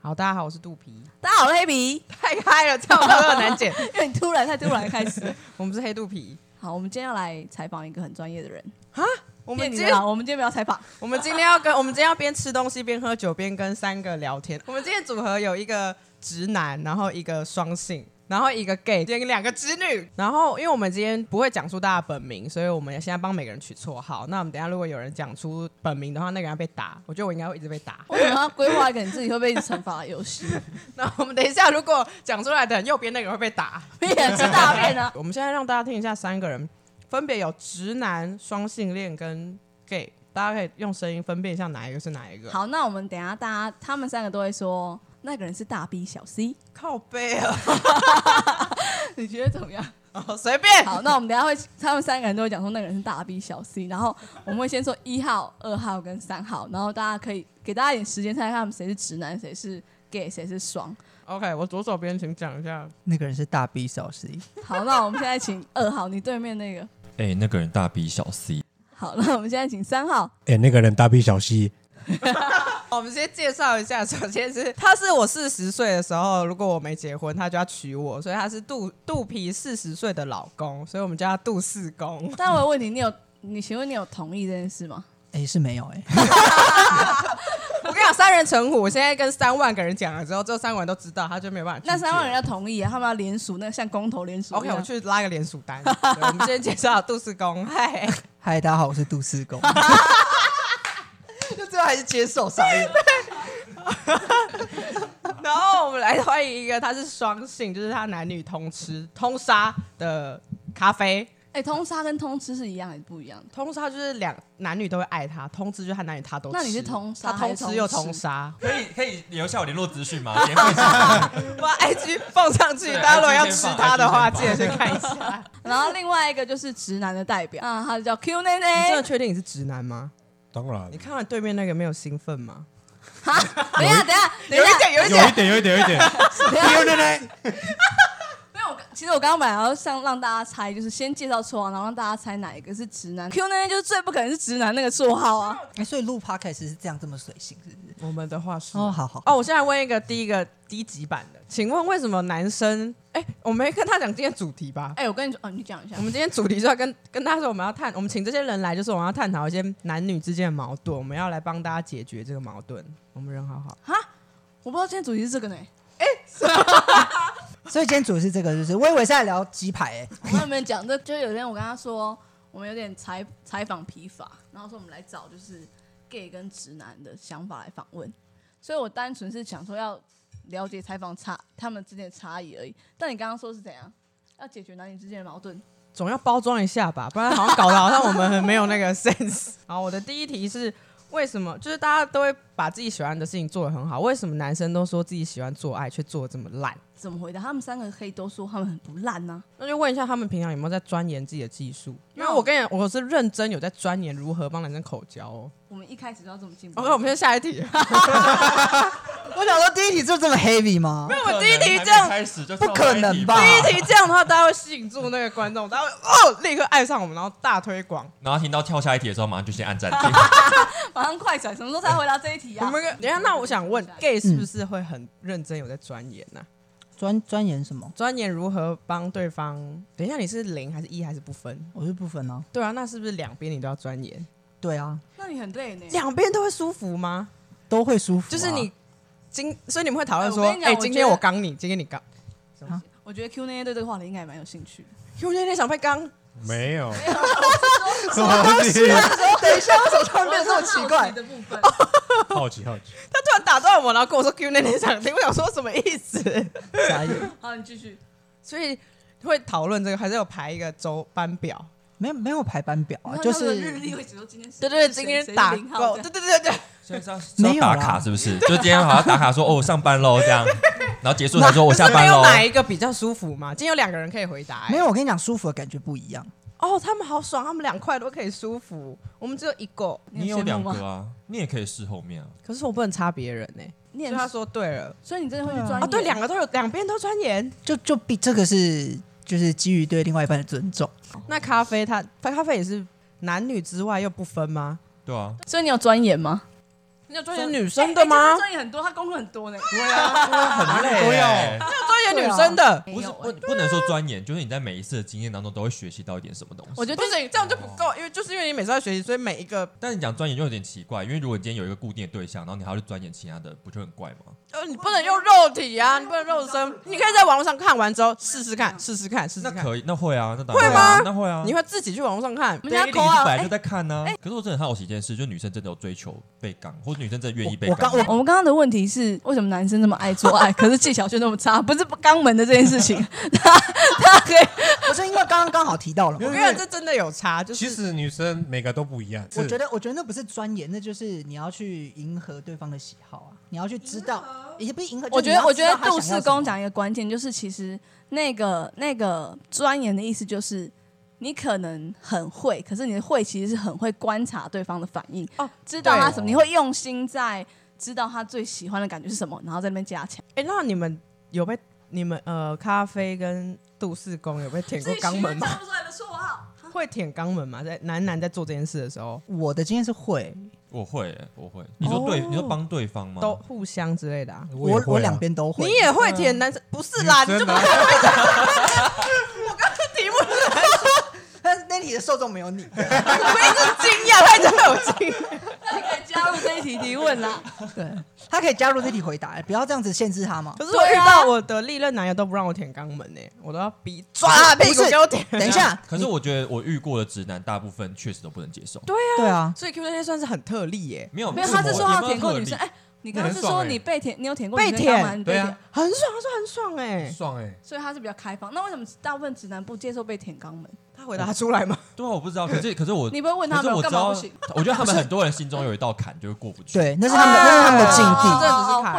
好，大家好，我是肚皮，大家好，我是黑皮，太嗨了，这样我们很难剪。 因为你突然太突然开始。我们是黑肚皮，好，我们今天要来采访一个很专业的人。我我们今今我们今天不要采访，我们今天要跟我们今天要边吃东西边喝酒边跟三个聊天。我们今天组合有一个直男，然后一个双性，然后一个 gay，跟两个直女。然后因为我们今天不会讲出大家本名，所以我们现在帮每个人取绰号。那我们等一下如果有人讲出本名的话，那个人要被打。我觉得我应该会一直被打。 我想要规划一个你自己会被惩罚的游 戏。那我们等一下如果讲出来的右边那个人会被打。你也吃大便啊？我们现在让大家听一下三个人，分别有直男、双性恋跟 gay，大家可以用声音分辨一下哪一个是哪一个。好，那我们等一下大家他们三个都会说那个人是大 B 小 C，靠背啊，你觉得怎么样？ 哦随便。好，那我们等一下会他们三个人都会讲说那个人是大 B 小 C，然后我们会先说一号、二号跟三号，然后大家可以给大家一点时间猜猜他们谁是直男，谁是 gay，谁是双。 OK，我左手边请讲一下。那个人是大 B 小 C，好，那我们现在请二号，你对面那个。哎、那个人大 B 小 C，好，那我们现在请三号，哎、那个人大 B 小 C，我们先介绍一下，首先是 他是我四十岁的时候，如果我没结婚，他就要娶我，所以他是肚肚皮四十岁的老公，所以我们叫他肚四公。但我有问题，你有你请问你有同意这件事吗？哎、是没有哎、 我跟你讲，三人成虎，我现在跟三万个人讲了之后，这三万人都知道，他就没有办法拒绝。那三万人要同意、啊，他们要联署，那个像公投联署一 OK，样。我去拉个联署 单。对我们先介绍杜四公，嗨， 嗨，大家好，我是杜四公。就最后还是接受傻 眼。 然后我们来欢迎一个，他是双性，就是他男女通吃通杀的咖啡。哎、通杀跟通吃是一样还是不一样 的？通杀就是两男女都会爱他，通吃就是他男女他都吃。那你是通杀他通吃又通 杀，可以可以留下我联络资讯吗？联络把 IG 放上去，对大家如果要吃 IG 他的话，先记放得去看一 下。然后另外一个就是直男的代表，啊，他就叫 Q 内嗯你真内的。确定你是直男吗？当然你看完对面那个没有兴奋吗？ 哈，等一下，等一下， 等有一一下，点，有一有点一。点，有一点，有一等一下。点。奶奶，没有，我刚其实我刚刚本来要上让大家猜，就是先介绍绰号，然后让大家猜哪一个是直男。Q 内内就是最不可能是直男那个绰 号啊。哎、所以录 podcast 是这样这么随性，是不是？我们的话是哦，好好。哦，我现在问一个第一个低级版的，请问为什么男生？哎、我没跟他讲今天主题吧？哎、我跟你说，哦，你讲一下我。们今天主题是要跟跟大家说，我们要探，我们请这些人来，就是我们要探讨一些男女之间的矛盾，我们要来帮大家解决这个矛盾。我们人好好，我不知道今天主题是这个呢，所以今天主题是这个，就是我以为是在聊鸡排、哎，我跟你们讲，这就有天我跟他说，我们有点采采访疲乏，然后说我们来找就是 gay 跟直男的想法来访问，所以我单纯是想说要了解采访差他们之间的差异而已。但你刚刚说是怎样？要解决男女之间的矛盾，总要包装一下吧，不然好像搞得好像我们很没有那个 sense。好，我的第一题是为什么？就是大家都会把自己喜欢的事情做得很好，为什么男生都说自己喜欢做爱，却做得这么烂？怎么回答？他们三个可以都说他们很不烂呢、那就问一下他们平常有没有在钻研自己的技术？因为那我我跟你讲，我是认真有在钻研如何帮男生口交哦。我们一开始就要这么进步。 OK，我们先下一题。我想说第一题就这么 heavy 吗？有我第一题这样开始就不可能吧 第一题这样的话，大家会吸引住那个观众，大家会哦立刻爱上我们，然后大推广。然后听到跳下一题的时候，马上就先按暂停。马上快转，什么时候才回答这一题我啊？嗯们跟等一下，那我想问，gay 是不是会很认真有在钻研呢、钻钻研什么？钻研如何帮对方？等一下，你是零还是一还是不分？我是不分啊。对啊，那是不是两边你都要钻研？对啊，那你很累呢。两边都会舒服吗？都会舒服啊、就是 你今，所以你们会讨论哎说，我跟你哎、讲我今觉天得我刚你，今天你刚，我觉得 Q 那些对这个话题应该也蛮有兴趣的。因为那天想被刚，没有，什么东西啊？等一下，为什么突然变得这么奇好怪奇？的部分。好奇好奇。他突然打断我，然后跟我说 Q 那天想听，我想说什么意思？ 傻眼好，你继续。所以会讨论这个，还是有排一个周班表？ 没有没有排班表啊，那就他们的日是历会只说今天对谁对，谁对，今天谁是打零号勾，这对样对对对，所以是要是没有要啦打卡是不是？就今天好像打卡说哦，我上班喽这样，然后结束才说我下没班有喽。哪一个比较舒服嘛？今天有两个人可以回答、欸，没有。我跟你讲，舒服的感觉不一样。哦，他们好爽，他们两块都可以舒服，我们只有一个。你有羡慕两吗个啊，你也可以试后面啊。可是我不能插别人呢、你所也以他说对了所以你真的会去啊对钻啊研？啊，对，两个都有，两边都钻研。就就比这个是就是基于对另外一半的尊重。那咖啡他，他咖啡也是男女之外又不分吗？对啊，所以你有钻研吗？你有钻研女生的哎哎吗这？专业很多，他功课很多呢。对啊，对啊很多累要欸。你有钻研女生的？没不是有不哎不能说钻研，就是你在每一次的经验当中都会学习到一点什么东西。我觉得不行，这样就不够，因为就是因为你每次要学习，所以每一个但你讲钻研就有点奇怪，因为如果你今天有一个固定的对象，然后你还要去钻研其他的，不就很怪吗？呃，你不能用肉体啊，你不能肉身，你可以在网络上看完之后试试看，试试看，试试那看。可以，那会啊，那当会然啊吗那会啊，你会自己去网络上看我，对们家一口零一啊，本来哎就在看呢、可是我真的很好奇一件事，就是女生真的有追求被刚，或者女生真的愿意被我刚刚吗？我们刚刚的问题是，为什么男生那么爱做爱，可是技巧却那么差？不是肛门的这件事情，他他可以 不是因为刚刚刚好提到了嘛没我有跟你讲，这真的有差，就是其实女生每个都不一样。我觉得得，我觉得那不是钻研，那就是你要去迎合对方的喜好啊，你要去知道，也不是迎合。我就觉得，是你要我觉得知道他杜想要氏什么公讲一个关键，就是其实那个那个钻研的意思就是。你可能很会，可是你的会其实是很会观察对方的反应，哦，知道他什么，对你会用心在知道他最喜欢的感觉是什么，然后在那边加强。哎、那你们有被你们呃咖啡跟杜氏公有被舔过肛门吗？出来的绰号， 会舔肛门吗？在男男在做这件事的时候，我的经验是会，我会、欸，我会。你说对，哦你说帮对方吗？都互相之类的啊。我我两边边都会。你也会舔男生？啊不是啦，你就不是题目，我但是那里的受众没有 你，一直惊讶，他一直被我惊 讶。你可以加入这一题提问啦。 对，他可以加入这题回答，不要这样子限制他嘛。可是我遇到我的历任男友都不让我舔肛门呢、我都要逼抓他的屁股不是给我舔。等一下，可是我觉得我遇过的直男大部分确实都不能接受。对，对啊，所以 Q 那天算是很特例耶、没有没有，什他么是说他有没有舔过特女例生，哎，你刚刚是那很说爽欸你被舔，你有舔过被女生肛舔门？你对啊舔，很爽，他说很爽哎、爽哎，所以他是比较开放。那为什么大部分直男不接受被舔肛门？他回答出来吗？对啊，我不知道。可是可是我，你不会问可他是们我干知嘛道不行？， 我觉得 他们很多人心中有一道坎就是过不去。对，那是他们的，啊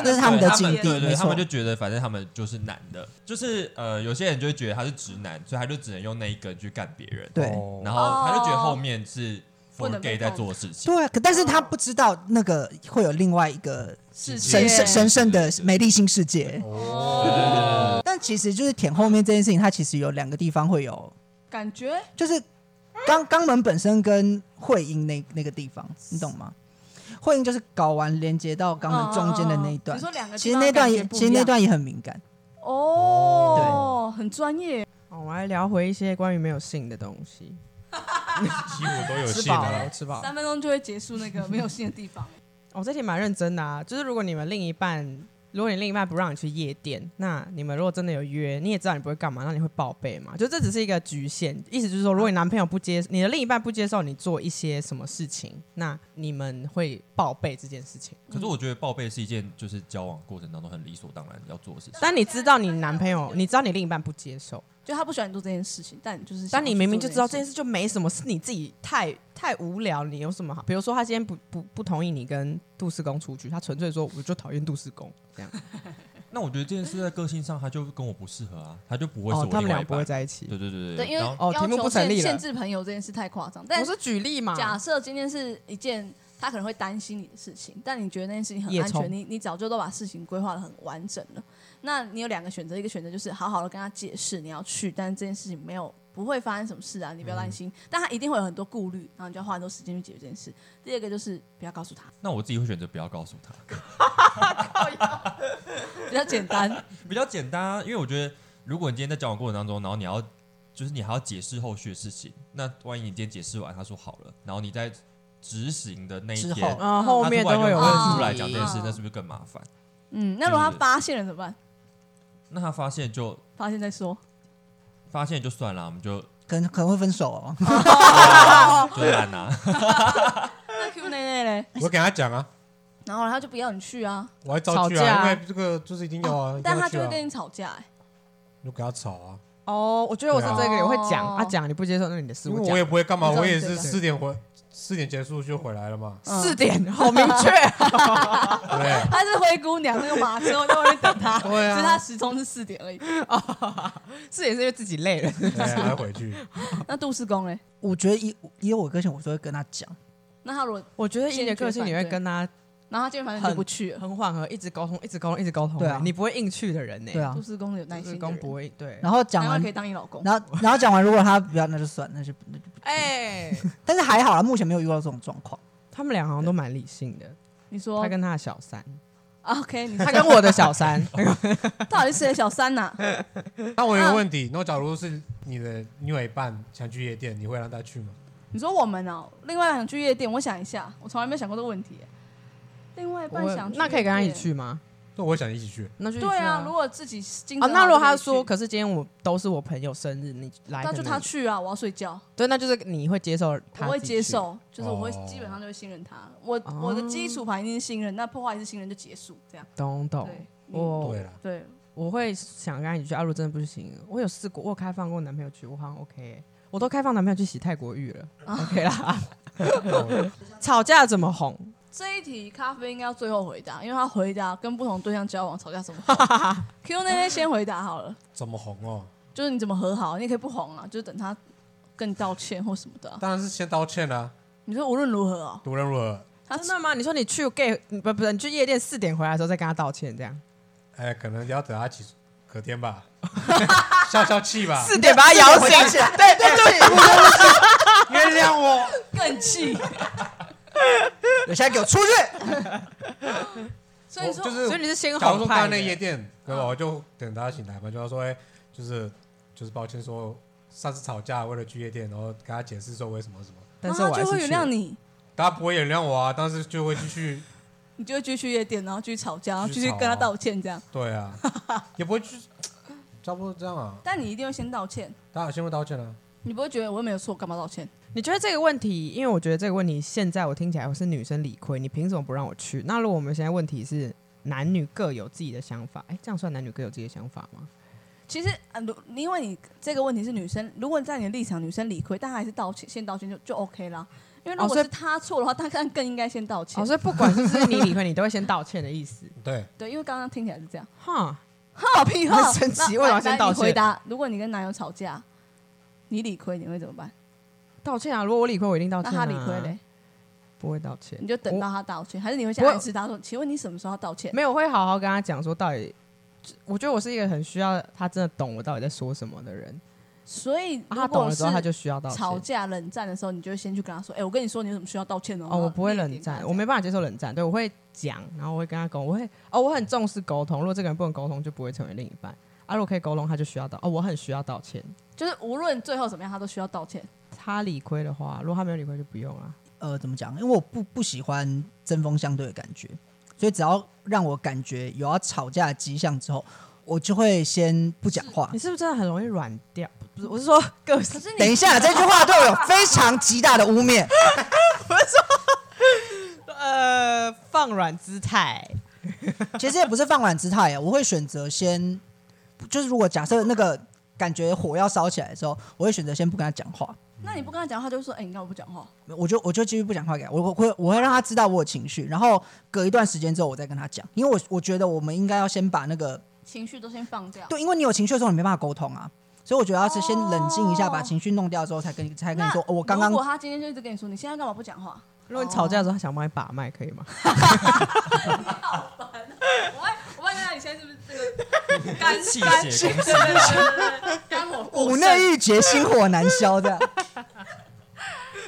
那是他们的哦境这只是卡地。这是他们的境对对地，对，没他错们就。觉得反正他们就是男的，就是呃，有些人就会觉得他是直男，所以他就只能用那一根去干别人。对哦然后他就觉得后面是 for gay 在做的 事情。对，可但是他不知道那个会有另外一个是神哦界圣神圣的美丽新世界。哦，但其实就是舔后面这件事情，它其实有两个地方会有，感觉嗯就是肛肛门本身跟会阴那那个地方，你懂吗？会阴就是睾丸连接到肛门中间的那一哦哦哦段你，说两个其地实方那的段感觉也不一样，其实那段也很敏感。哦，很专业。好，我们来聊回一些关于没有性的东西。几乎都有吃性饱啊了，。吃饱了。三分钟就会结束那个没有性的地方。哦，这题蛮认真的啊，就是如果你们另一半，如果你另一半不让你去夜店，那你们如果真的有约，你也知道你不会干嘛，那你会报备嘛？就这只是一个局限，意思就是说，如果你男朋友不接，你的另一半不接受你做一些什么事情，那你们会报备这件事情。可是我觉得报备是一件就是交往过程当中很理所当然要做的事情。但你知道你男朋友，你知道你另一半不接受， 就他不喜欢你做这件事情，但你就是想但要你去明明就做知道这件件事事就没什么，是你自己太太无聊，你有什么好？比如说他今天不不不同意你跟杜世公出去，他纯粹说我就讨厌杜世公这样。那我觉得这件事在个性上，他就跟我不适合啊，他就不会是哦，他们我另外俩一不会半。在一起。对对对对，因为然后哦要题目求不成限立了限制朋友这件事太夸张。但我是举例嘛，假设今天是一件他可能会担心你的事情，但你觉得那件事情很夜安冲全，你你早就都把事情规划的很完整了。那你有两个选择，一个选择就是好好的跟他解释你要去，但是这件事情没有不会发生什么事啊，你不要担心。但他一定会有很多顾虑，然后你就要花很多时间去解决这件事。第二个就是不要告诉他，那我自己会选择不要告诉他，比较简单。比较简单、啊。因为我觉得，如果你今天在交往过程当中，然后你要就是你还要解释后续的事情，那万一你今天解释完，他说好了，然后你在执行的那一之天，后啊，后面都会有他突然就问题会出来讲这件事嗯，那是不是更麻烦？嗯，那如果他发现了怎么办？那他发现就发现再说。发现就算了，我们就可能可能会分手哦。就烂啦、 那 Q 内内嘞，我给他讲啊，然后他就不要你去啊，我还照去吵架啊，啊因为这个就是一定要啊，一哦定要但他去就会啊跟你吵架、欸。就给他吵啊，哦，我觉得我是这个也会讲，哦他讲你不接受，那你的事因为讲，我也不会干嘛，你知道我也你对是吧四点回四点结束就回来了嘛嗯四点，好明确，对不对？她是灰姑娘那个马车，我在外面等她，对啊所以她时钟是四点而已。 四点是因为自己累了，对哎还回去，那杜世公嘞？我觉得以以我个性，我是会跟他讲，那他如果，我觉得以你的个性，你会跟他然后他今天反正就不去了。很缓和，一直沟通，一直沟通，一直沟通，欸对啊你不会硬去的人呢，欸对，啊杜。世公有耐就是心的公人，不会对，然后讲难怪完可以，当你老公。然后然后讲完，如果他不要，那就算，那就那就。哎， 但是还好啦，目前没有遇到这种状况。他们俩好像都蛮理性的，你说他跟他的小三，啊 OK，你他跟 我的小三，到底是谁的小三呐、那我有个问题，那假如是你的另外一半想去夜店，你会让他去吗？你说我们哦、另外想去夜店，我想一下，我从来没有想过这个问题耶。另外一半我想去那可以跟他一夜起店。去吗？那我想一起去，那就一起对啊，如啊。果自己经啊，济那好如果他以说，去可是今天我都是我朋友生日，你来，那就他，去啊，我要睡觉，对，那就是你会接受我他，会接，受，就是我会哦基本上就会信任他。我我的基础牌一定是信任，那破坏一次信任就结束，这样懂懂。对我对了，对。我会想跟他一起去，啊，如果真的不行，我有试过，我有开放过男朋友去，我好像 OK，欸、我都开放男朋友去洗泰国浴了、o k 啦。 吵架怎么哄？这一题咖啡应该要最后回答，因为他回答跟不同对象交往吵架 什么好。Q 那天先回答好了，怎么红哦？就是你怎么和好，你也可以不红啊，就是等他跟你道歉或什么的啊、当然是先道歉啦、你说无论如何哦，无论如何，他真的吗？你说你去 gay 你不不是，你去夜店四点回来的时候再跟他道歉，这样哎，可能要等他起隔天 吧，消消气吧，四点把他摇醒，对对对，原谅我。更 气。现在给我出去！所以你我说，就是所以你是先假如哄说刚派刚的嗯那夜店，对吧？我就等他醒来嘛，就要说，哎、就是就是抱歉说上次吵架为了去夜店，然后跟他解释说为什么什么，但是然我后他还啊就是会去原了谅你，大家不会原谅我啊，但是就会继续，你就会继续去夜店，然后继续吵架，然后继继续续吵跟他啊道歉这样。对啊， 也不会去，差不多这样啊，但你一定会先道歉，大家先会道歉啊，你不会觉得我又没有错，干嘛道歉？你觉得这个问题，因为我觉得这个问题现在我听起来我是女生理亏，你凭什么不让我去？那如果我们现在问题是男女各有自己的想法，哎、这样算男女各有自己的想法吗？其实啊，如因为你这个问题是女生，如果在你的立场，女生理亏，但还是道歉，先道歉就就 OK 啦。因为如哦果所以是他错的话，他更更应该先道歉。啊哦，所以不管是不是你理亏，你都会先道歉的意思，对，对，因为刚刚听起来是 这样。哈？哈屁哈！神奇那为什么来先来道你歉回答：如果你跟男友吵架，你理亏，你会怎么办？道歉啊！如果我理亏，我一定道那歉、啊。他理亏嘞，不会道歉，你就等到他道歉，还是你会先我暗示他说：“请问你什么时候要道歉没有，我会好好跟他讲说到底。我觉得我是一个很需要他真的懂我到底在说什么的人，？”所以啊、他如懂果了是之后他就需要道歉。吵架冷战的时候，你就会先去跟他说：“哎，我跟你说，你有什么需要道歉哦。”哦，我不会然后冷列点跟他战，讲我没办法接受冷战，对我会讲，然后我会跟他沟，我会哦，我很重视沟通，如果这个人不能沟通，就不会成为另一半。啊，如果可以沟通，他就需要道哦，我很需要道歉。就是无论最后怎么样，他都需要道歉。他理亏的话，如果他没有理亏就不用了。呃，怎么讲？因为我不不喜欢针锋相对的感觉，所以只要让我感觉有要吵架的迹象之后，我就会先不讲话你。是不是真的很容易软掉？不是，我是说个可性。是等你一下，这句话对我有非常极大的污蔑。呃，放软姿态，其实也不是放软姿态啊，我会选择先，就是如果假设那个感觉火要烧起来的时候，我会选择先不跟他讲话，那你不跟他讲话，他就说：“哎，你看我不讲话。我就我就继续不讲话给他，我我会我会让他知道我有情绪，然后隔一段时间之后我再跟他讲，因为我我觉得我们应该要先把那个”情绪都先放掉。对，因为你有情绪的时候你没办法沟通啊，所以我觉得要是先冷静一下，哦把情绪弄掉之后才跟才跟那你说，哦我刚刚如果他今天就一直跟你说：“你现在干嘛不讲话如果你吵架的时候他想帮你把脉，可以吗？？” 我会我问他你现在是不是这个干气干血攻干我过五剩内郁结，心火难消 的。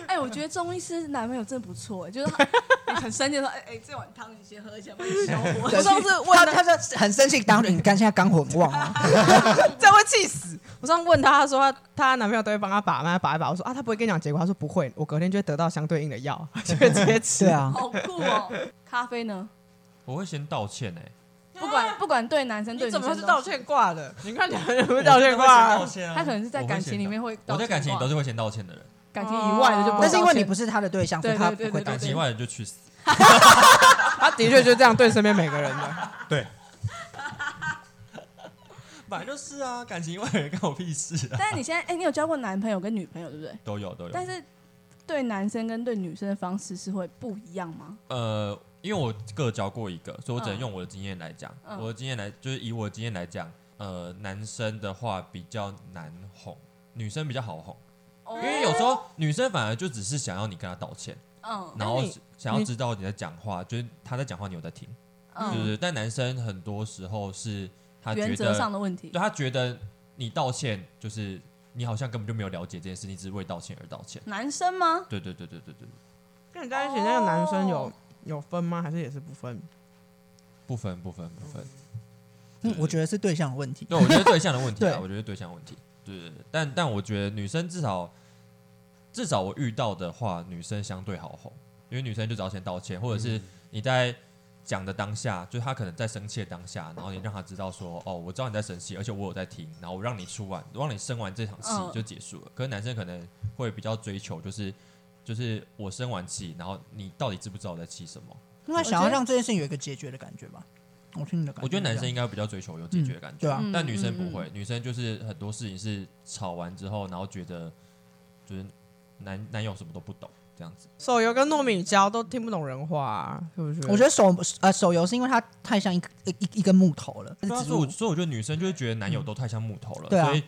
哎、我觉得中医师男朋友真的不错、哎，就是他你很生气地说，哎、哎、这碗汤你先喝一下，帮你消火。我上次问他他他就很生气，当然你看现在肝火很旺啊。 这样会气死。我上次问他，他说他她男朋友都会帮她把脉，把一把。我说啊，他不会跟你讲结果，他说不会，我隔天就会得到相对应的药，就会直接吃。对，啊，好酷哦、咖啡呢？我会先道歉哎、不管不管对男生你对女怎生，么是道？歉挂的？你看起来很会我道歉挂道啊。歉啊，他可能是在我会感先情里道面会道歉我在感情里挂都是会先道歉的人，感情以外的哦就不会道歉。但是因为你不是他的对象，所以对他对不会对道感情以歉。外的人就去死。他的确就这样对身边每个人 的。对，本来就是啊，感情以外的人干我屁事啊！但是你现在哎、你有交过男朋友跟女朋友对不对？都有都有。但是对男生跟对女生的方式是会不一样吗？呃，因为我各教过一个，所以我只嗯能用我的经验来讲。嗯我的经验来，就是以我的经验来讲，呃，男生的话比较难哄，女生比较好哄，因为有时候女生反而就只是想要你跟她道歉，嗯然后你是想要知道你在讲话，就是她在讲话，你有在听，对不嗯，对？但男生很多时候是他觉原则上得，的问题对。他觉得你道歉就是你好像根本就没有了解这件事，你只是为道歉而道歉。男生吗？对对对对对对，跟你在一起那个男生有有分吗？还是也是不分？不分不分不分。嗯，我觉得是对象的问题。对，我觉得对象的问题啊， 对我觉得对象的问题，对对对。但但我觉得女生至少至少我遇到的话，女生相对好哄，因为女生就只要先道歉，或者嗯是你在讲的当下，就她可能在生气的当下，然后你让她知道说，哦，我知道你在生气，而且我有在听，然后我让你出完，我让你生完这场嗯气就结束了。可是男生可能会比较追求，就是就是我生完气，然后你到底知不知道我在气什么？因为想要让这件事情有一个解决的感觉吧。我听你的感觉，我觉得男生应该比较追求有解决的感觉，对啊嗯但女生嗯不会，女生就是很多事情是吵完之后，然后觉得就是男男友什么都不懂这样子。手游跟糯米椒都听不懂人话、啊，是不是？我觉得手呃手游是因为它太像一个一一一根木头了，对啊，所以我所以我觉得女生就是觉得男友都太像木头了，对啊所以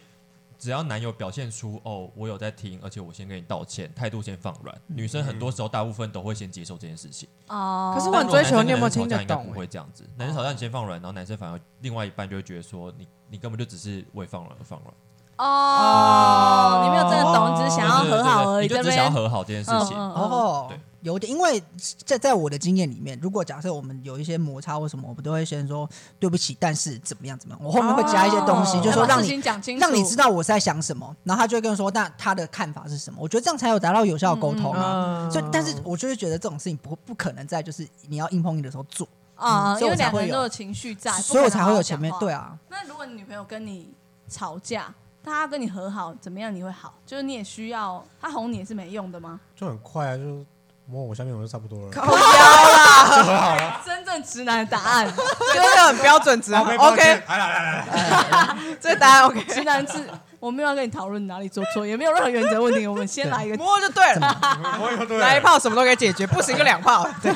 只要男友表现出哦我有在听，而且我先跟你道歉，态度先放软，女生很嗯多时候大部分都会先接受这件事情。哦，可是我但很如果追求男生你有没有跟听人得吵架应该懂不欸会这样子，男生吵架你先放软，然后男生反而另外一半就会觉得说你你根本就只是为放软而放软。哦，你没有真的懂，你只是想要对对哦和对好而已，你就对只不对？是想要和好这件事嗯情。嗯哦对，有点，因为在在我的经验里面，如果假设我们有一些摩擦或什么，我们都会先说对不起，但是怎么样怎么样，我后面会加一些东西，哦就说要把让事你情讲清楚，让你知道我在想什么，然后他就会跟我说，那他的看法是什么？我觉得这样才有达到有效的沟通啊。嗯所以，但是我就是觉得这种事情不不可能在就是你要硬碰硬的时候做，啊，嗯因所以为我才两会个人有都有情绪在，啊不所以我可能才好会有好前讲面话对。啊，那如果你女朋友跟你吵架，但她跟你和好，怎么样你会好？就是你也需要她哄你也是没用的 吗？就很快啊，就摸我下面我就差不多了。靠腰啦， 真正直男的答案， 真的很标准 哦值啊。OK，来来来来来，这答案 OK， 直男是我没有要跟你讨论哪里做错，也没有任何原则问题，我们先来一个。摸就对了，我有对来一炮什么都可以解决，不行就两 炮。对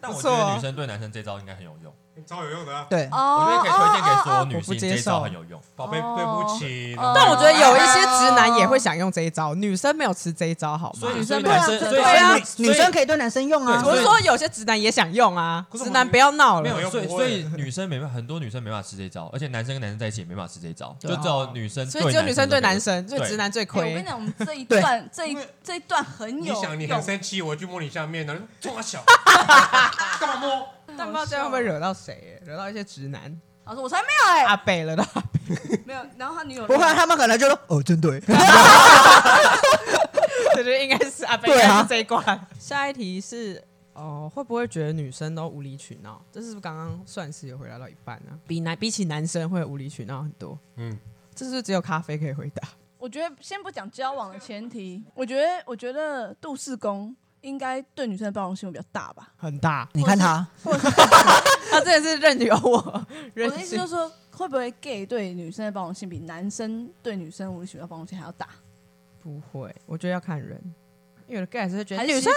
但不我觉错哦得女生对男生这招应该很有用，超有用的啊，对，我哦觉得可以推荐给所有我女不性接这受招很有用。宝贝，对不起。哦但我觉得有一些直男也会想用这一招，女生没有吃这一招，好吗嗯所？以女生所以对啊对男生所以啊所以对所以女生可以对男生用啊对我所，是以说有些直男也想用啊，可是我直们男不要闹没了。有，我又所以不所会以女生没办法，很多女生没办法吃这招，而且男生跟男生在一起也没办法吃这招，对啊就只有女生。所以只有女生对男生生，所以直男最哎我跟亏你。讲， 我们这一段这一因为这一段很你有想你用很生气，我去摸你下 面，然后你冲他小， 干嘛摸？但不知道这样会不会惹到谁，惹到一些直男我说我才没有哎、阿北 了的。没有。然后他女友啊不会，他们可能就说哦，真对， 我觉得应该是阿贝，应对啊该是这一关。下一题是哦，会不会觉得女生都无理取闹？这是不是刚刚算是有回答到一半呢、比男比起男生会无理取闹很多。嗯，这是不是只有咖啡可以回答。我觉得先不讲交往的前提，我觉得我觉得杜世公应该对女生的包容性会比较大吧。 很大，你看他，他真啊的是任由我 任我的意思性就是说，会不会 gay 对女生的包容性比男生对女生无理取闹包容性还要大？不会，我觉得要看人，因为有的 gay 还是会觉得还是女生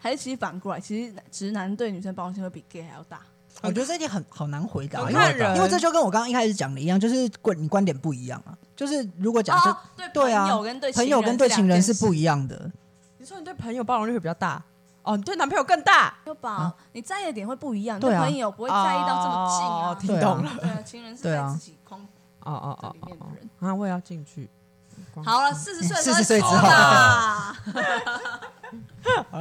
还是其实反过来，其实直男对女生包容性会比 gay 还要大？我觉得这一点很好难回答，很因为看人因为这就跟我刚刚一开始讲的一样，就是观你观点不一样啊，就是如果假设哦，对对啊朋友跟对朋友跟对情人是不一一 样的，你说你对朋友包容力会比较大，哦，你对男朋友更大，样吧啊？你在意的点会不一样，你对对啊朋友不会在意到这哦么近听啊。懂了，对啊，情人是对在啊自己框。哦哦哦哦这里面的哦人，啊，我也要进去。好了，四十岁40岁之后啦。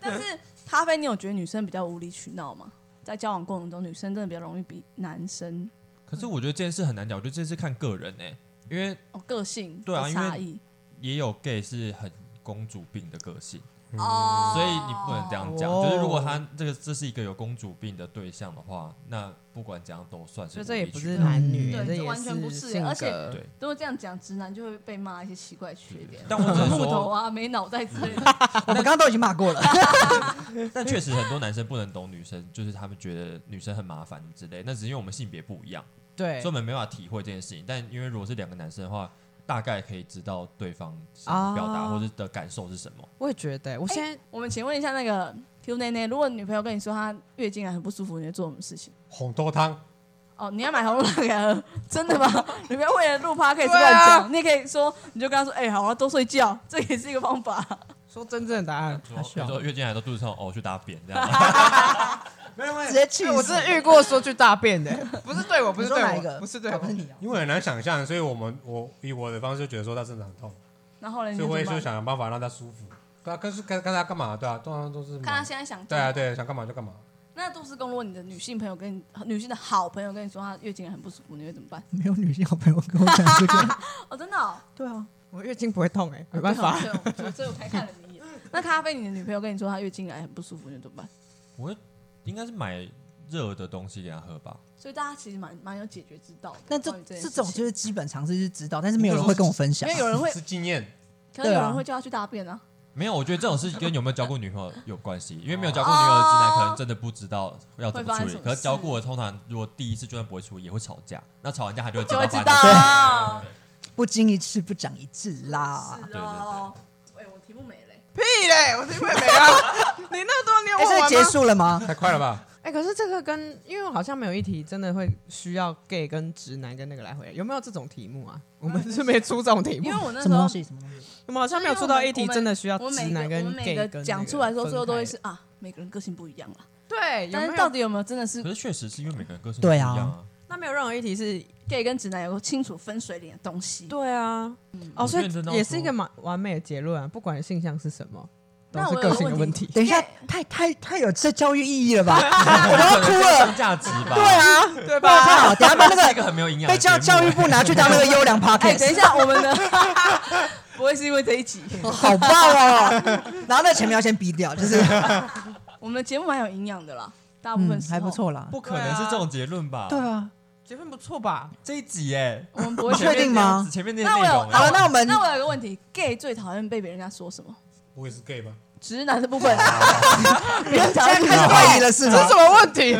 但是咖啡，你有觉得女生比较无理取闹吗？在交往过程中，女生真的比较容易比男生可是我觉得这件事很难讲，我觉得这是看个人哎、因为哦个性对啊的因为差异也有 gay 是很公主病的个性，哦嗯所以你不能这样讲。哦就是如果他这个这是一个有公主病的对象的话，那不管怎样都算是所无以理这也取不是闹男女，对这这也完全不是性格而且对。如果这样讲，直男就会被骂一些奇怪缺点，但我 只能木头说，啊、没脑袋之类的。 我们刚刚都已经骂 过了，但确实很多男生不能懂女生， 就是他们觉得女生很麻烦之类。那只是因为我们性别不一样，对所以我们没办法体会这件事情。但因为如果是两个男生的话，大概可以知道对方想要表达啊哦或者的感受是什么。我也觉得，我现在、我们请问一下那个 Q 内内，如果女朋友跟你说她月经来很不舒服，你会做什么事情？红豆汤，哦，你要买红肉给她喝， 真 的吗？你不要为了录趴可以对乱啊讲，你也可以说，你就跟她说，哎、好啊，多睡觉， 这也是一个方法。 说真正的答案，说还是要比如说月经来都肚子痛，哦，我去打扁 这样。没有没直有，接气哎死。我是遇过说去大便的，不是对我，不你是说对哪一我，个？不是对哦不是我。 你哦。因为很难想象，所以我们我以我的方式就觉得说他真的很痛，然后呢，你所以我也就就想，想办法让他舒服。对啊，跟是跟跟他干嘛？对啊，通常都是看他现在想对啊，怎么样。对，想干嘛就干嘛。那都市公路，如果你的女性朋友跟你女性的好朋友跟你说她月经很不舒服，你会怎么办？ 没有女性好朋友跟我讲这个。哦，真的、哦，对啊，我月经不会痛哎、没办法。对，我所以我才看了你一眼。那咖啡，你的女朋友跟你说她月经来很不舒服，你怎么办？我会应该是买热的东西给他喝吧。所以大家其实蛮蛮有解决之道的。那这关于这件这事种情哦就是基本常识是知道，但是没有人会跟我分因享啊为。有人 会，是经验，可能有人对啊会叫她去大便 啊。没有，我觉得这种事跟有没有交过女朋友有关系，因为没有交过女友的直男可能真的不知道要哦怎么处会发生理什么。事可是交过的通常如果第一次就算不会处理，也会吵架。那吵完架啊他就会知就道会发知生什么 事。道。啊不经一事不长一智啦。是哦。哎，我题目没嘞。屁嘞，我是会没啊。你那么多，你有哎，问这个完结吗？束了吗？太快了吧？哎、可是这个跟因为我好像没有一题真的会需要 gay 跟直男跟那个来回，有没有这种题目啊？我们是没出这种题目因为，我那什时么候东，西？什么东西？我们好像没有出到一题真的需要我直每个男我跟们每 gay 个跟那个讲出来说，分最后都会开是啊，每个人个性不一样啦。对，有嗯但没是有到底有没有真的是可是确实是因为每个人个性不一对啊样啊。那没有任何一题是 gay 跟直男有个清楚分水岭的东西？对啊，哦，我所以认真到也是一说个蛮完美的结论啊，不管性向是什么，都那是我有个个性的问问题题。等一下，太太太有这教育意义 了吧？我都啊要哭了。价值吧。对，啊， 对我吧？靠！等一下被那这个个很没有营养的被节目欸。教教育部拿去当那个优 良哎，等 podcast，一下，我们的不会是因为这一集，好棒哦！然后那前面要先逼掉，就是我们的节目蛮有营养的啦，大部分嗯时候还不。错啦。不可能是这种结论吧？对啊， 结婚不错吧？这一集哎，我们不会我你确定吗？前面那些那内我有容欸，啊好了那我们那我有一个问题，gay 最讨厌被别人家说什么？我也是 gay 吧？直男的部 分，啊 别人讨现在厌开始怀疑了是这吗是什？么问题？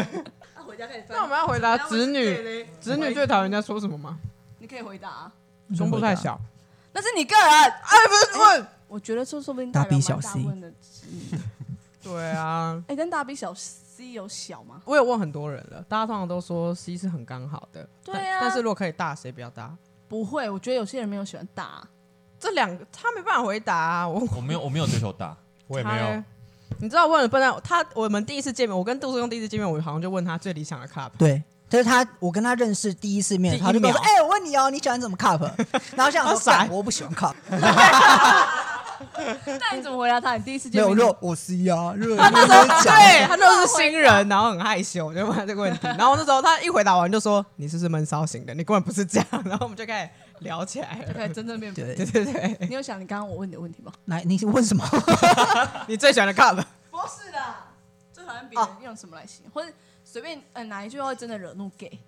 那回家开始翻那我们要回答那我子们女，子女最讨厌人家说什么吗？你可以回答、啊，胸部太小，那是你个人。啊哎，不是 问。我觉得说说不定大代表 B 小蛮大 C 部分的直女。对啊，哎、但大 B 小 C 有小吗？我有问很多人了，大家通常都说 C 是很刚好的，对但啊但是如果可以大，谁不要大？不会，我觉得有些人没有喜欢大、 啊。这两个他没办法回答、啊，我我没有我没有追求大，我也没有他。你知道问了笨蛋，他我们第一次见面，我跟杜志庸第一次见面，我好像就问他最理想的 cup，对，就是他，我跟他认识第一次面，第一他就跟我说：“秒哎、我问你哦，你喜欢怎么 cup？” 然后这样他说傻干：“我不喜欢 cup。但你怎么回答他？你第一次”没见有面肉， 我 C 啊，肉讲。对他都是新人，然后很害羞，我就问 他这个问题。然后那时候他一回答完就说：“你是不是闷骚型的？你根本不是这样。”然后我们就开始聊起来就了。开始真正变。对 对，对对，你有想你刚刚我问你的问题吗？来，你是问什么？ 你最喜欢的 cup？不是啦，最讨厌别人用什么来形容，或者随便嗯、呃哪一句话会真的惹怒 gay，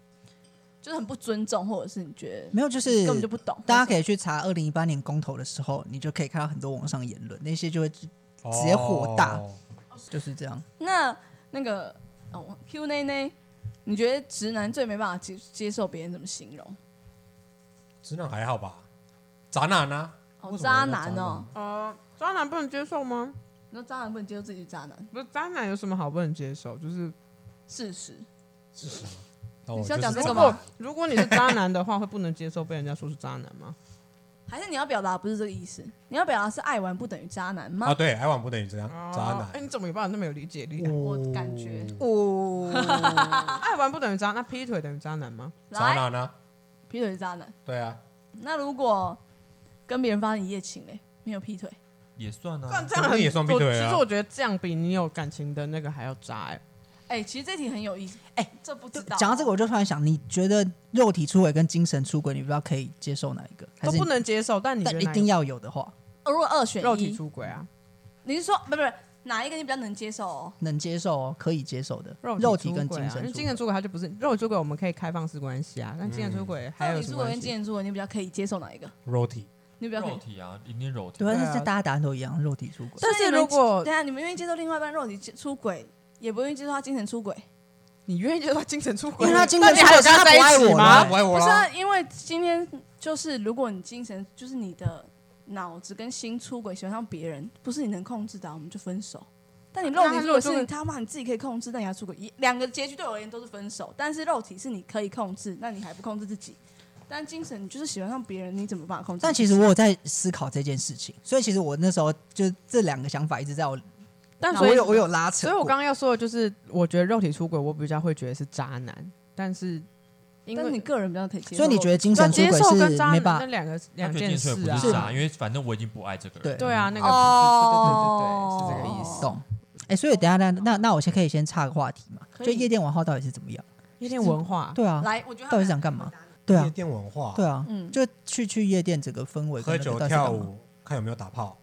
就是很不尊重，或者是你觉得没有，就是根本就不懂。大家可以以去查二零一八年公投的时候，你就可以看到很多网上言论，那些就会直接火大哦就是这样。那那个哦我，Q 内内，你觉得直男最没办法接接受别人怎么形容？直男还好吧？渣男啊呢？哦，为什么要渣叫男渣哦男，呃，渣男不能接受吗？你说渣男不能接受自己是渣男，不是渣男有什么好不能接受？就是事实。那我你是要就讲是这个如吗果如果你是渣男的话，会不能接受被人家说是渣男吗？还是你要表达不是这个意思？你要表达是爱玩不等于渣男吗？啊，对，爱玩不等于这样，渣哎，男。你怎么有办法那么有理解力啊？哦哎我感觉哦，爱玩不等于渣，那劈腿等于渣男吗？渣来，男呢？劈腿是渣男。对啊，那如果跟别人发生一夜情嘞，没有劈腿，也算啊但。这样肯很定也算劈腿啊其实我觉得这样比你有感情的那个还要渣哎。哎、其实这题很有意思。哎、这不知道。讲到这个，我就突然想，你觉得肉体出轨跟精神出轨，你不知道可以接受哪一个？还都是不？能接受，但你觉但得一哪定要有的话，呃如果二选肉体一，出轨啊？你是说不不不哪一个你比较能接受、哦？能接受哦，可以接受的肉体跟精神因为出精神轨。出轨它就不是肉体出轨，我们可以开放式关系啊。但精神出轨还有你什出么轨关系？跟金人出轨，你比较可以接受哪一个？肉体你比较可肉以。体啊，一定肉体。对啊，对啊但是大家答案都一样，肉体出轨。但所以是你们如果对啊，你们愿意接受另外一半肉体接出轨，也不愿意接受他精神出轨，你愿意接受他精神出轨，因为他精神那你还有出跟轨是他在不爱一起我吗啦？不爱我不是、啊、啦。因为今天就是如果你精神就是你的脑子跟心出轨，喜欢上别人，不是你能控制的啊、我们就分手。但你肉体那他出如果轨就是是你他妈你自己可以控制，但你要出轨，一两个结局对我而言都是分手。但是肉体是你可以控制，那你还不控制自己？但精神你就是喜欢上别人，你怎么办法控制？但其实我有在思考这件事情，所以其实我那时候就这两个想法一直在我，但我所以有我有拉扯所过。以我刚刚要说的就是，我觉得肉体出轨我比较会觉得是渣男，但是因但为你个人比较可以接受。所以你觉得精对啊神出接轨受是跟渣没男办那法？两个他两觉得件进水不事是啊，是傻，因为反正我已经不爱这个人。对对啊，那个不哦是对对对对对对，是这哦个意思。懂。哎、所以等一下那那那我先可以先岔个话题嘛，可以就夜店文化到底是怎么样？夜店文化，对啊，来，我觉得他到底们想干嘛？对夜啊，店文化，对啊，嗯就去去夜店整个氛围跟喝那个酒到底是跳干嘛，舞，看有没有打炮。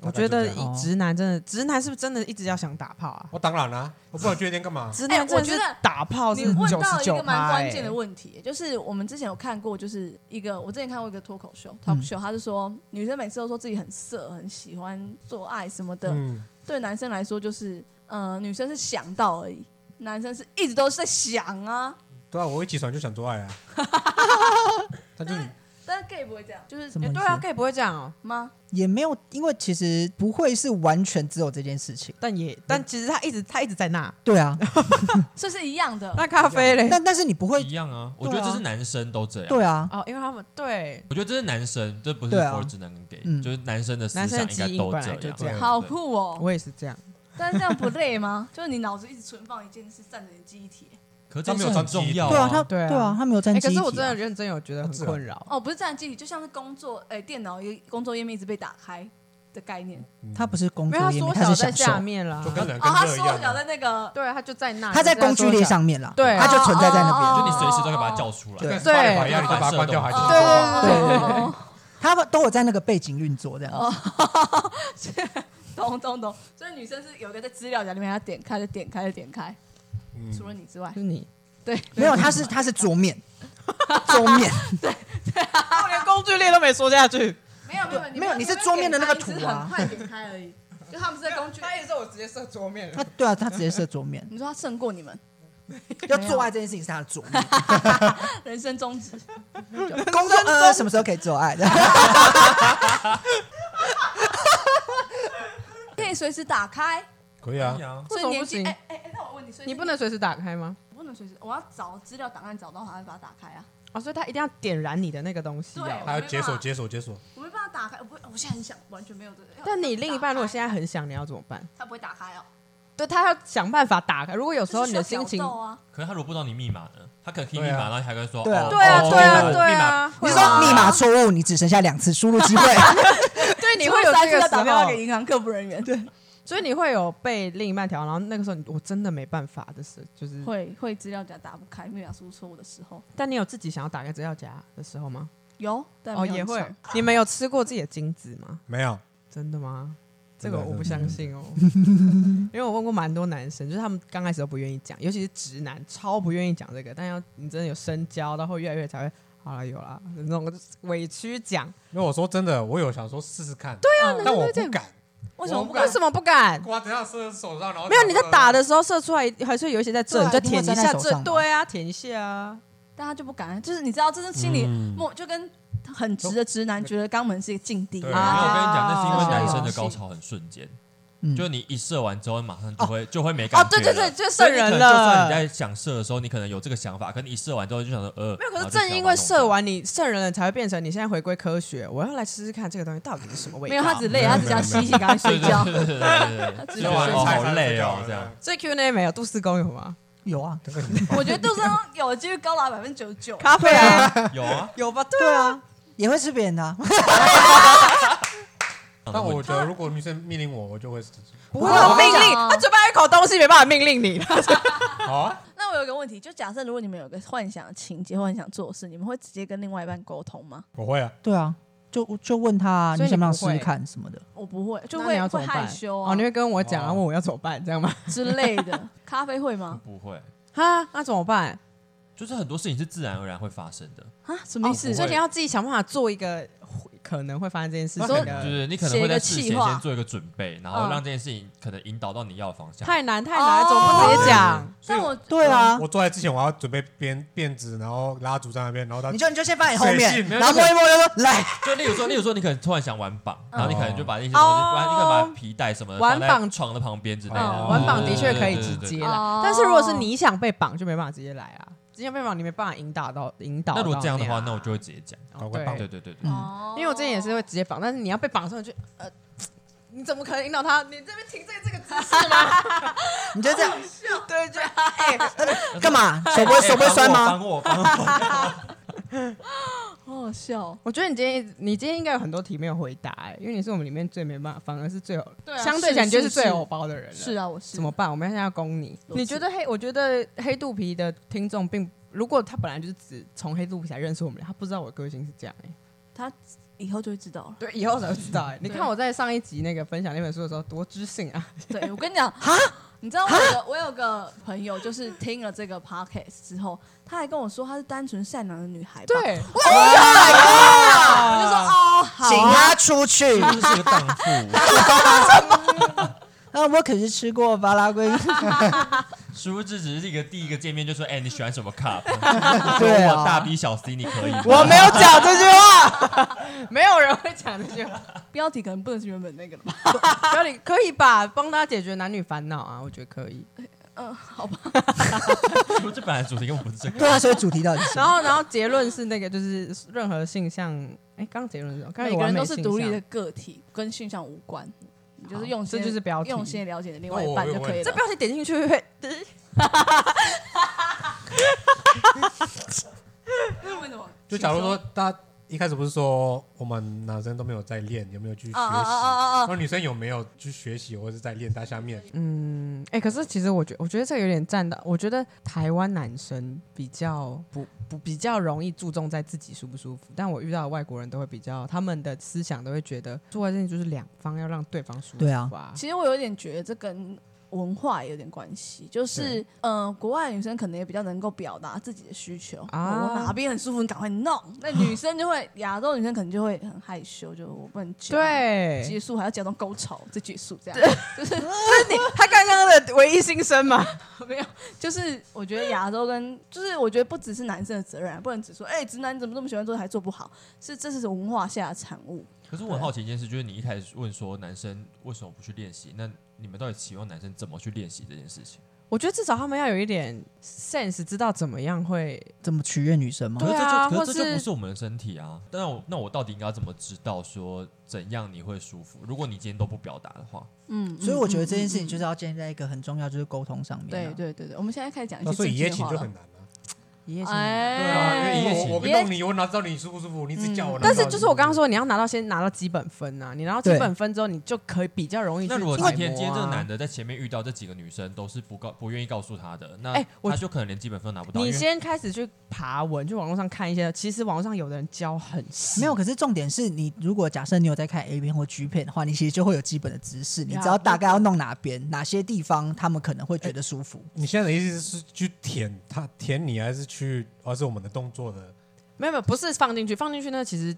我觉大概得就这样样以直男真的，直男是不是真的一直要想打炮啊？我当然啦、我不能去夜店干嘛？哎直男真的是我觉得打炮你是问九到十一九个蛮趴，欸关键的问题，就是我们之前有看过，就是一个我之前看过一个脱口秀 talk 嗯 show，他是说女生每次都说自己很色，很喜欢做爱什么的，嗯，对男生来说就是，呃，女生是想到而已，男生是一直都是在想啊。对啊，我一起床就想做爱啊。但就你但是 gay 不会这样，就是什么哎意思对啊，gay 不会这样哦，吗？也没有，因为其实不会是完全只有这件事情。但也但其实他一直他一直在那。对啊，这是一样哎的。那咖啡嘞？ 但但是你不会一，样啊，我对啊觉得这是男生都这样。对啊，哦，因为他们对我觉得这是男生，这不是对啊 for 直男跟 gay，、嗯就是男生的思男想生的应该基因都本这来样。就这样好酷哦！我也是这样，但是这样不累吗？就是你脑子一直存放一件事，占着你的记忆体。可是他这没没有有穿很基重因要、对啊，他对啊对啊，他没有哎，占机、可是我真的认真有觉得很困扰，哦，不是占记忆，就像是工作，哎、电脑一工作页面一直被打开的概念。他不是工因为作他页面，缩他小是在享下受，面啦就，嗯跟人哦，跟它热一缩样小在啊，那个，对，他就在那，他在工具列上。上面啦，对啊他就存在在那边。哦哦哦就你随时都可以把它叫出来。对跟对八点档一样，你就把它关掉，还是做啊对对对他们都有在那个背景运作这样哦子。懂懂懂。所以女生是有一个在资料夹里面，她点开就点开就点开，嗯除了你之外，是 你，对，没有，他是他是 桌面，桌面我连工具列都没说下 去。没有没有没没有你是桌面的那个图啊很快点开而已。就他们是在工具，他也是我直接设桌面他，对啊，他直接设桌面，你说他胜过你们，要做爱这件事情是他的桌面。 人生宗旨。工作呃什么时候可以 做爱？可以随时打开，可以啊对，啊， 为所什以么年不纪行？欸哎哎哎，那我问你，所以你不能随时打开吗？我不能随时，我要找资料档案找到，好像把它打开啊。哦，所以他一定要点燃你的那个东西对哦。还要解锁解锁解锁，我没办法打开，我不，我现在很想，完全没有这个。但你另一半如果在现在很想，你要怎么办？他不会打开哦，对他要想办法打开。如果有时候你的这是需要心情挑，逗啊，可是他如果不知道你密码呢？他可能听密对啊码，然后你还跟他说，对啊哦对啊哦对啊密对码密码啊，你会说密码错误，你只剩下两次输入机会。 对你会有三这次个要时打电话候给，银行客服人员，对，所以你会有被另一半调，然后那个时候你我真的没办法的事，就是。会会资料夹打不开，密码输入错误的时候，但你有自己想要打开资料夹的时候吗？有，但哦，没有也很会长。你们有吃过自己的精子吗？没有，真的吗？这真个的我不真相的信哦，因为我问过蛮多男生，就是他们刚开始都不愿意讲，尤其是直男，超不愿意讲这个。但要你真的有深交，到后越来越才会好了，有啦，那种委屈讲。因为我说真的，我有想说试试看，对啊，但我不敢，为什么不敢为什么不敢？我等一下射手上，然后没有你在打的时候射出来，还是有一些在这，对啊你就舔一一定会下粘在手这，上吧对啊，舔一下啊。但他就不敢，就是你知道，这是心里默，就跟很直的直男觉得肛门是一个禁地对因为我啊跟你讲，那是因为啊男生的高潮很瞬间，嗯就你一射完之后，马上就会就会没感哦觉，对对了对，就射人所以你可能就算了。你在想射的时候，你可能有这个想法，可你一射完之后就想说，呃，没有，可是然后就正想因为把它弄射掉，完你射人了，才会变成你现在回归科学，我要来试试看这个东西到底是什么味道。没有，他只累，他只想洗洗，赶快 睡觉对。对对对对对，射射完完哦好累哦，这样。所以 Q&A 没有，杜四公有吗？有啊，我觉得杜生有的几率高达百分之九十九。咖啡有啊，有吧？对对啊，也会吃别人的啊。但我觉得如果女生命令我，我就会试试不会啊有命令，哦他嘴巴有一口东西，没办法命令你。好啊，那我有一个问题，就假设如果你们有个幻想的情节或很想做的事，你们会直接跟另外一半沟通吗？我会啊，对啊，就就问他啊所以你你想不想不试会试看什么的。我不会，就那你会要怎会么害办羞哦，啊你会跟我讲，然后问我要怎么办，这样吗？之类 的。咖啡会吗？不会，哈，那怎么办？就是很多事情是自然而然会发生的，啊，什么意思？哦所所以以你要自己想办法做一个可能会发生这件事情说就的。是你可能写一会个在事企前划先做一个准备，然嗯后让这件事情可能引导到你要的方向。太难太难，哦怎么不直接讲？但我对啊，嗯我坐在之前，我要准备编辫子，然后拉竹在那边，然后他你就你就先放你后水面，性没有然后摸一摸，就说来，就例如说，例如说，你可能突然想玩绑，然后你可能就把那些东西，哦把你可能把皮带什么的玩放在绑床的旁边之类哦的。玩绑的确可以直接。对对对对对啦哦，但是如果是你想被绑，就没办法直接来啊。直接被绑，你没办法引导到引导。那如果这样的话，那我就会直接讲。搞个哦对棒对对对对，嗯哦因为我之前也是会直接绑，但是你要被绑上去，呃，你怎么可能引导他？你这边停这这个姿势吗？你就这样对，就哎、干嘛？手不会手不会酸吗？哎帮我，帮我，帮我好好笑哦、我觉得你今天你今天应该有很多题没有回答、哎，因为你是我们里面最没办法，反而是最有，对啊相对起来你就是是是最有包的人了。是啊，我是怎么办？我们现在要攻你。裸辞你觉得黑？我觉得黑肚皮的听众并，如果他本来就是只从黑肚皮才认识我们，他不知道我的个性是这样、哎，以后就会知道 了。对，以后才会知道、哎，你对看我在上一集那个分享那本书的时候多知性啊！对我跟你讲，你知道我有个我有个朋友，就是听了这个 podcast 之后，他还跟我说她是单纯善良的女孩吧。 对，啊我就说哦，好请啊，他出去。是不是个荡妇？ 那我可是吃过巴拉圭，殊不知只是一个第一个见面就说，哎，你喜欢什么 cup？对说我大啊， B 小 C，你可以吗？我没有讲这句话。没有人会讲这句话。标题可能不能是原本那个了吧？小李 可以吧？帮大家解决男女烦恼啊，我觉得可以。嗯，好吧，有，这本来主题根本不是这个。对啊，所以主题到底 是然后，然后结论是那个，就是任何性向，哎，刚结论是什么？刚每有个完美人都性是向独立的。个体，跟性向无关。你就是用心，这就是标题用心了解你另外一半就可以哦这了。标题点进去会，这为什么？就假如说大家一开始不是说我们男生都没有在练，有没有去学习？啊哦啊啊然啊啊！后女生有没有去学习或者是在练？在下面嗯，哎，可是其实我觉，我觉得这个有点占到，我觉得台湾男生比较不不比较容易注重在自己舒不舒服，但我遇到的外国人都会比较，他们的思想都会觉得做这件事就是两方要让对方舒服、对啊，其实我有点觉得这跟文化也有点关系，就是嗯、呃国外的女生可能也比较能够表达自己的需求啊啊，我哪边很舒服，你赶快弄。那女生就会，亚洲女生可能就会很害羞，就我不能讲，，对，结束还要假装高潮再结束，这样他刚刚的唯一心声嘛，没有， 就是我觉得亚洲跟就是我觉得不只是男生的责任，不能只说哎、直男怎么这么喜欢做还做不好，是这是文化下的产物。可是我很好奇一件事，就是你一开始问说男生为什么不去练习，那你们到底期望男生怎么去练习这件事情？ 我觉得至少他们要有一点 sense，知道怎么样会怎么取悦女生吗对？哦可是这啊就可或是这就是不是我们的身体啊。但我那我到底应该怎么知道说怎样你会舒服？如果你今天都不表达的话，嗯，所以我觉得这件事嗯嗯情嗯就是要建立在一个很重要，就是沟通上面对啊。对对对，我们现在开始讲一那些哦所以一夜正经情话就了。很难啊了。一夜情哎，对啊因为一夜情我我不弄你，我哪知道你舒不舒服？你只叫我。嗯但是就是我刚刚，说，你要拿到先拿到基本分啊，你拿到基本分之后，你就可以比较容易去那如果今揣天摩啊今天这个男，的在前面遇到这几个女生都是不告不愿意告诉他的，那哎我他就可能连基本分都拿不到。你因为先开始去爬文，去网络上看一些，其实网络上有的人教很细，没有，可是重点是你如果假设你有在看 A 片或 G 片的话，你其实就会有基本的知识，你呀知道大概要弄哪边、哪些地方，他们可能会觉得舒服。你现在的意思是去舔他舔你，还是去而是我们的动作的？没有没有，不是放进去，放进去那其实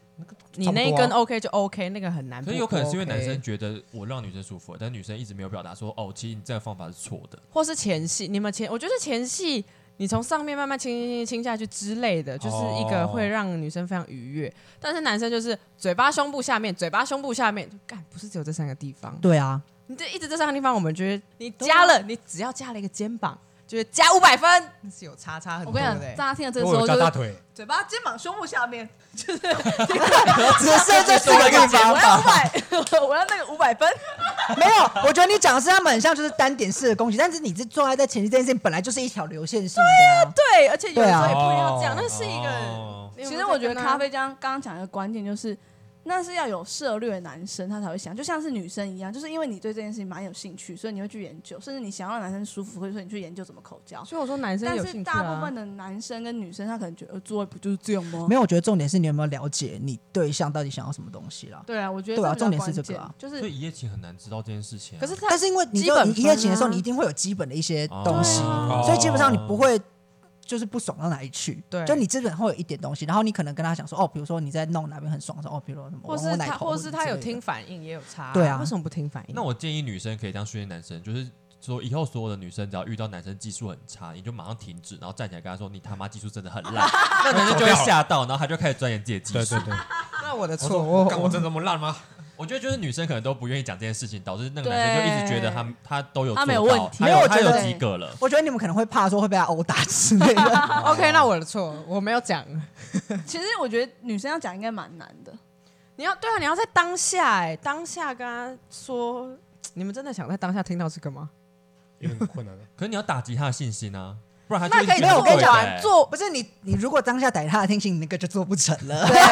你差不多啊那一根 OK 就 OK，那个很难。可是有可能是因为男生，觉得我让女生舒服了，但女生一直没有表达说哦，其实你这个方法是错的。或是前戏，你们前，我觉得前戏。你从上面慢慢亲亲亲亲下去之类的，就是一个哦会让女生非常愉悦。但是男生就是嘴巴、胸部下面，嘴巴、胸部下面，干不是只有这三个地方。对啊，你这一直这三个地方，我们觉得你加了，你只要加了一个肩 膀，就是加五百分，是有差差很我多跟的你讲，欸。啊大家听到这个我时有候加就大是腿，嘴巴、肩膀、胸部下面，只剩这四个地方我要五吧。百， 我要那个五百分。没有，我觉得你讲的是他们很像就是单点式的攻击，但是你这做爱在前提这件事情本来就是一条流线性的、啊。对，而且有的时候也不一定要这样，哦那是一哦个。其实我觉得咖啡酱刚刚讲的关键就是，那是要有涉略的男生他才会想，就像是女生一样，就是因为你对这件事情蛮有兴趣，所以你会去研究，甚至你想要让男生舒服，所以说你去研究怎么口交。所以我说男生但有是兴趣大部啊分。的男生跟女生，他可能觉得呃做爱不就是这样吗没？有，我觉得重点是你有没有了解你对象到底想要什么东西啦。对啊，我觉得对啊比较重点是关这个啊键就所是以一夜情很难知道这件事情啊、可是他但是因为你基就本你分一夜情的时候，啊你一定会有基本的一些哦东西，哦所以基本上你不会就是不爽到哪里去。对就你基本会有一点东西，然后你可能跟他讲说，哦，比如说你在弄哪边很爽的时候，哦，比如说什么或玩是我奶他，头，或是他有之类听的，反应也有差。对啊为什么不听反应？那我建议女生可以这样训练男生，就是说以后所有的女生只要遇到男生技术很差，你就马上停止，然后站起来跟他说你他妈技术真的很 烂，那男生就会吓到，然后他就开始钻研自己的技对术对。对，那我的我错，说我我干我真这么烂吗？ 我觉得就是女生可能都不愿意讲这件事情，导致那个男生就一直觉得他他都有做到他没有问题他有他没有我觉有得及格了。我觉得你们可能会怕说会被他殴打之类的。 OK，那我的错，我没有讲。其实我觉得女生要讲应该蛮难的，你要对啊，你要在当下哎、当下跟他说，你们真的想在当下听到这个吗？有点困难。啊可是你要打击他的信心啊，不然他那就可以一直没有，我跟你对讲啊的欸，做 不是你，你如果当下逮他的听信，那个就做不成了。对对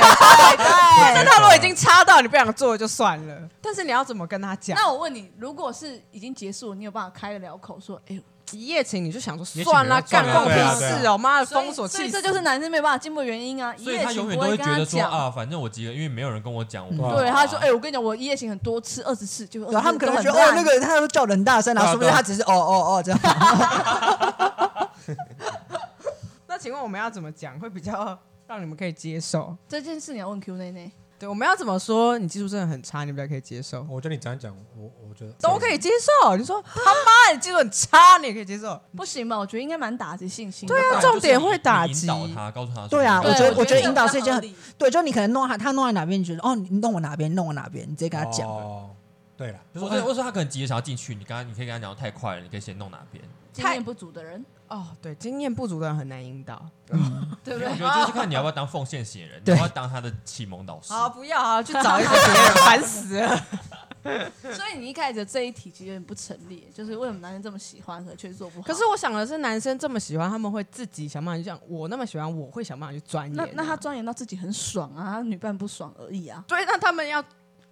对，那他如果对已经插到你不想做就算了，但是你要怎么跟他讲？那我问你，如果是已经结束了，你有办法开得了口说，哎、一夜情你就想说也许算了，没有算干关了我对啊屁对啊事哦，妈的所以封锁所器，以这就是男生没办法进步的原因啊。一所以夜他情永不远都会会觉跟得他说讲，啊，反正我急了，因为没有人跟我讲，我不嗯知对，道他说，啊哎、我跟你讲，我一夜情很多次，二十次，结果对，他们可能觉得都很哦，烂那个他都叫人大声，然后说不定他只是哦哦哦 这样。那请问我们要怎么讲会比较让你们可以接受？这件事你要问 Q 内内，对，我们要怎么说？你技术真的很差，你比较可以接受，我觉得你这样讲，我我觉得哦都可以接受。啊你说他妈你技术很差，你也可以接受。不行吧？我觉得应该蛮打击信心的。对啊不然就是重点会打你引导击他，告诉他说对啊对，你我觉得我觉得这引比导较是一件合很理对，就你可能弄他，他弄在哪边，你觉得哦，你弄我哪边，弄我哪边，你直接跟他讲。哦，对了，就就是是我或者说他可能急着想要进去，你刚刚你可以跟他讲太快了，你可以先弄哪边。经验不足的 人，哦，对，经验不足的人很难引导。对我不觉对？得就是看你要不要当奉献型的人，你对要不要当他的启蒙导 师。好，不要啊，去找一个别人， 烦死了。 所以你一开始的这一题其实有点不成立，就是为什么男人这么喜欢，可却做不好。可是我想的是，男生这么喜欢，他们会自己想办法去讲。我那么喜欢，我会想办法去钻研那啊。那他钻研到自己很爽啊，他女伴不爽而已啊。对，那他们要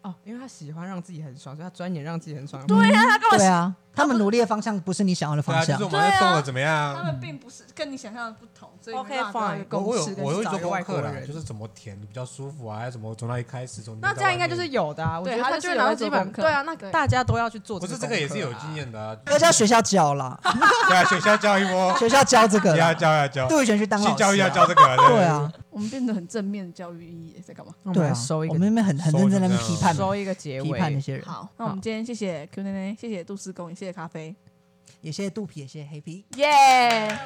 哦，因为他喜欢让自己很爽，所以他钻研让自己很爽。嗯对啊，他干对嘛？啊，他们努力的方向不是你想要的对方啊，就向是我。们在对啊动了怎么他样？们并不是跟你想象的不同，所以 OK，没办法得到一个我共我有识跟我有去做找一个功外课国啦，人就是怎么填比较舒服啊，还是怎么从哪里开始？从那这样应该就是有的啊。我觉对得他他就是是有拿在基做本功课对啊，那对大家都要去做不个功课啊。是这个也是有经验的啊，而且要学校教 啦，对啊，学校教育哦，学校教这个要啊啦，教要教，杜宇轩去当老师性啊。教育要教这个，对啊，我们变得很正面的教育意义在干嘛？那我们对来啊，收一我们那个边很很认真的批判收一个结批判那尾。些人，好，那我们今天谢谢 Q 奶奶，谢谢杜思公，也谢谢咖啡，也谢谢肚皮，也谢谢黑皮。耶、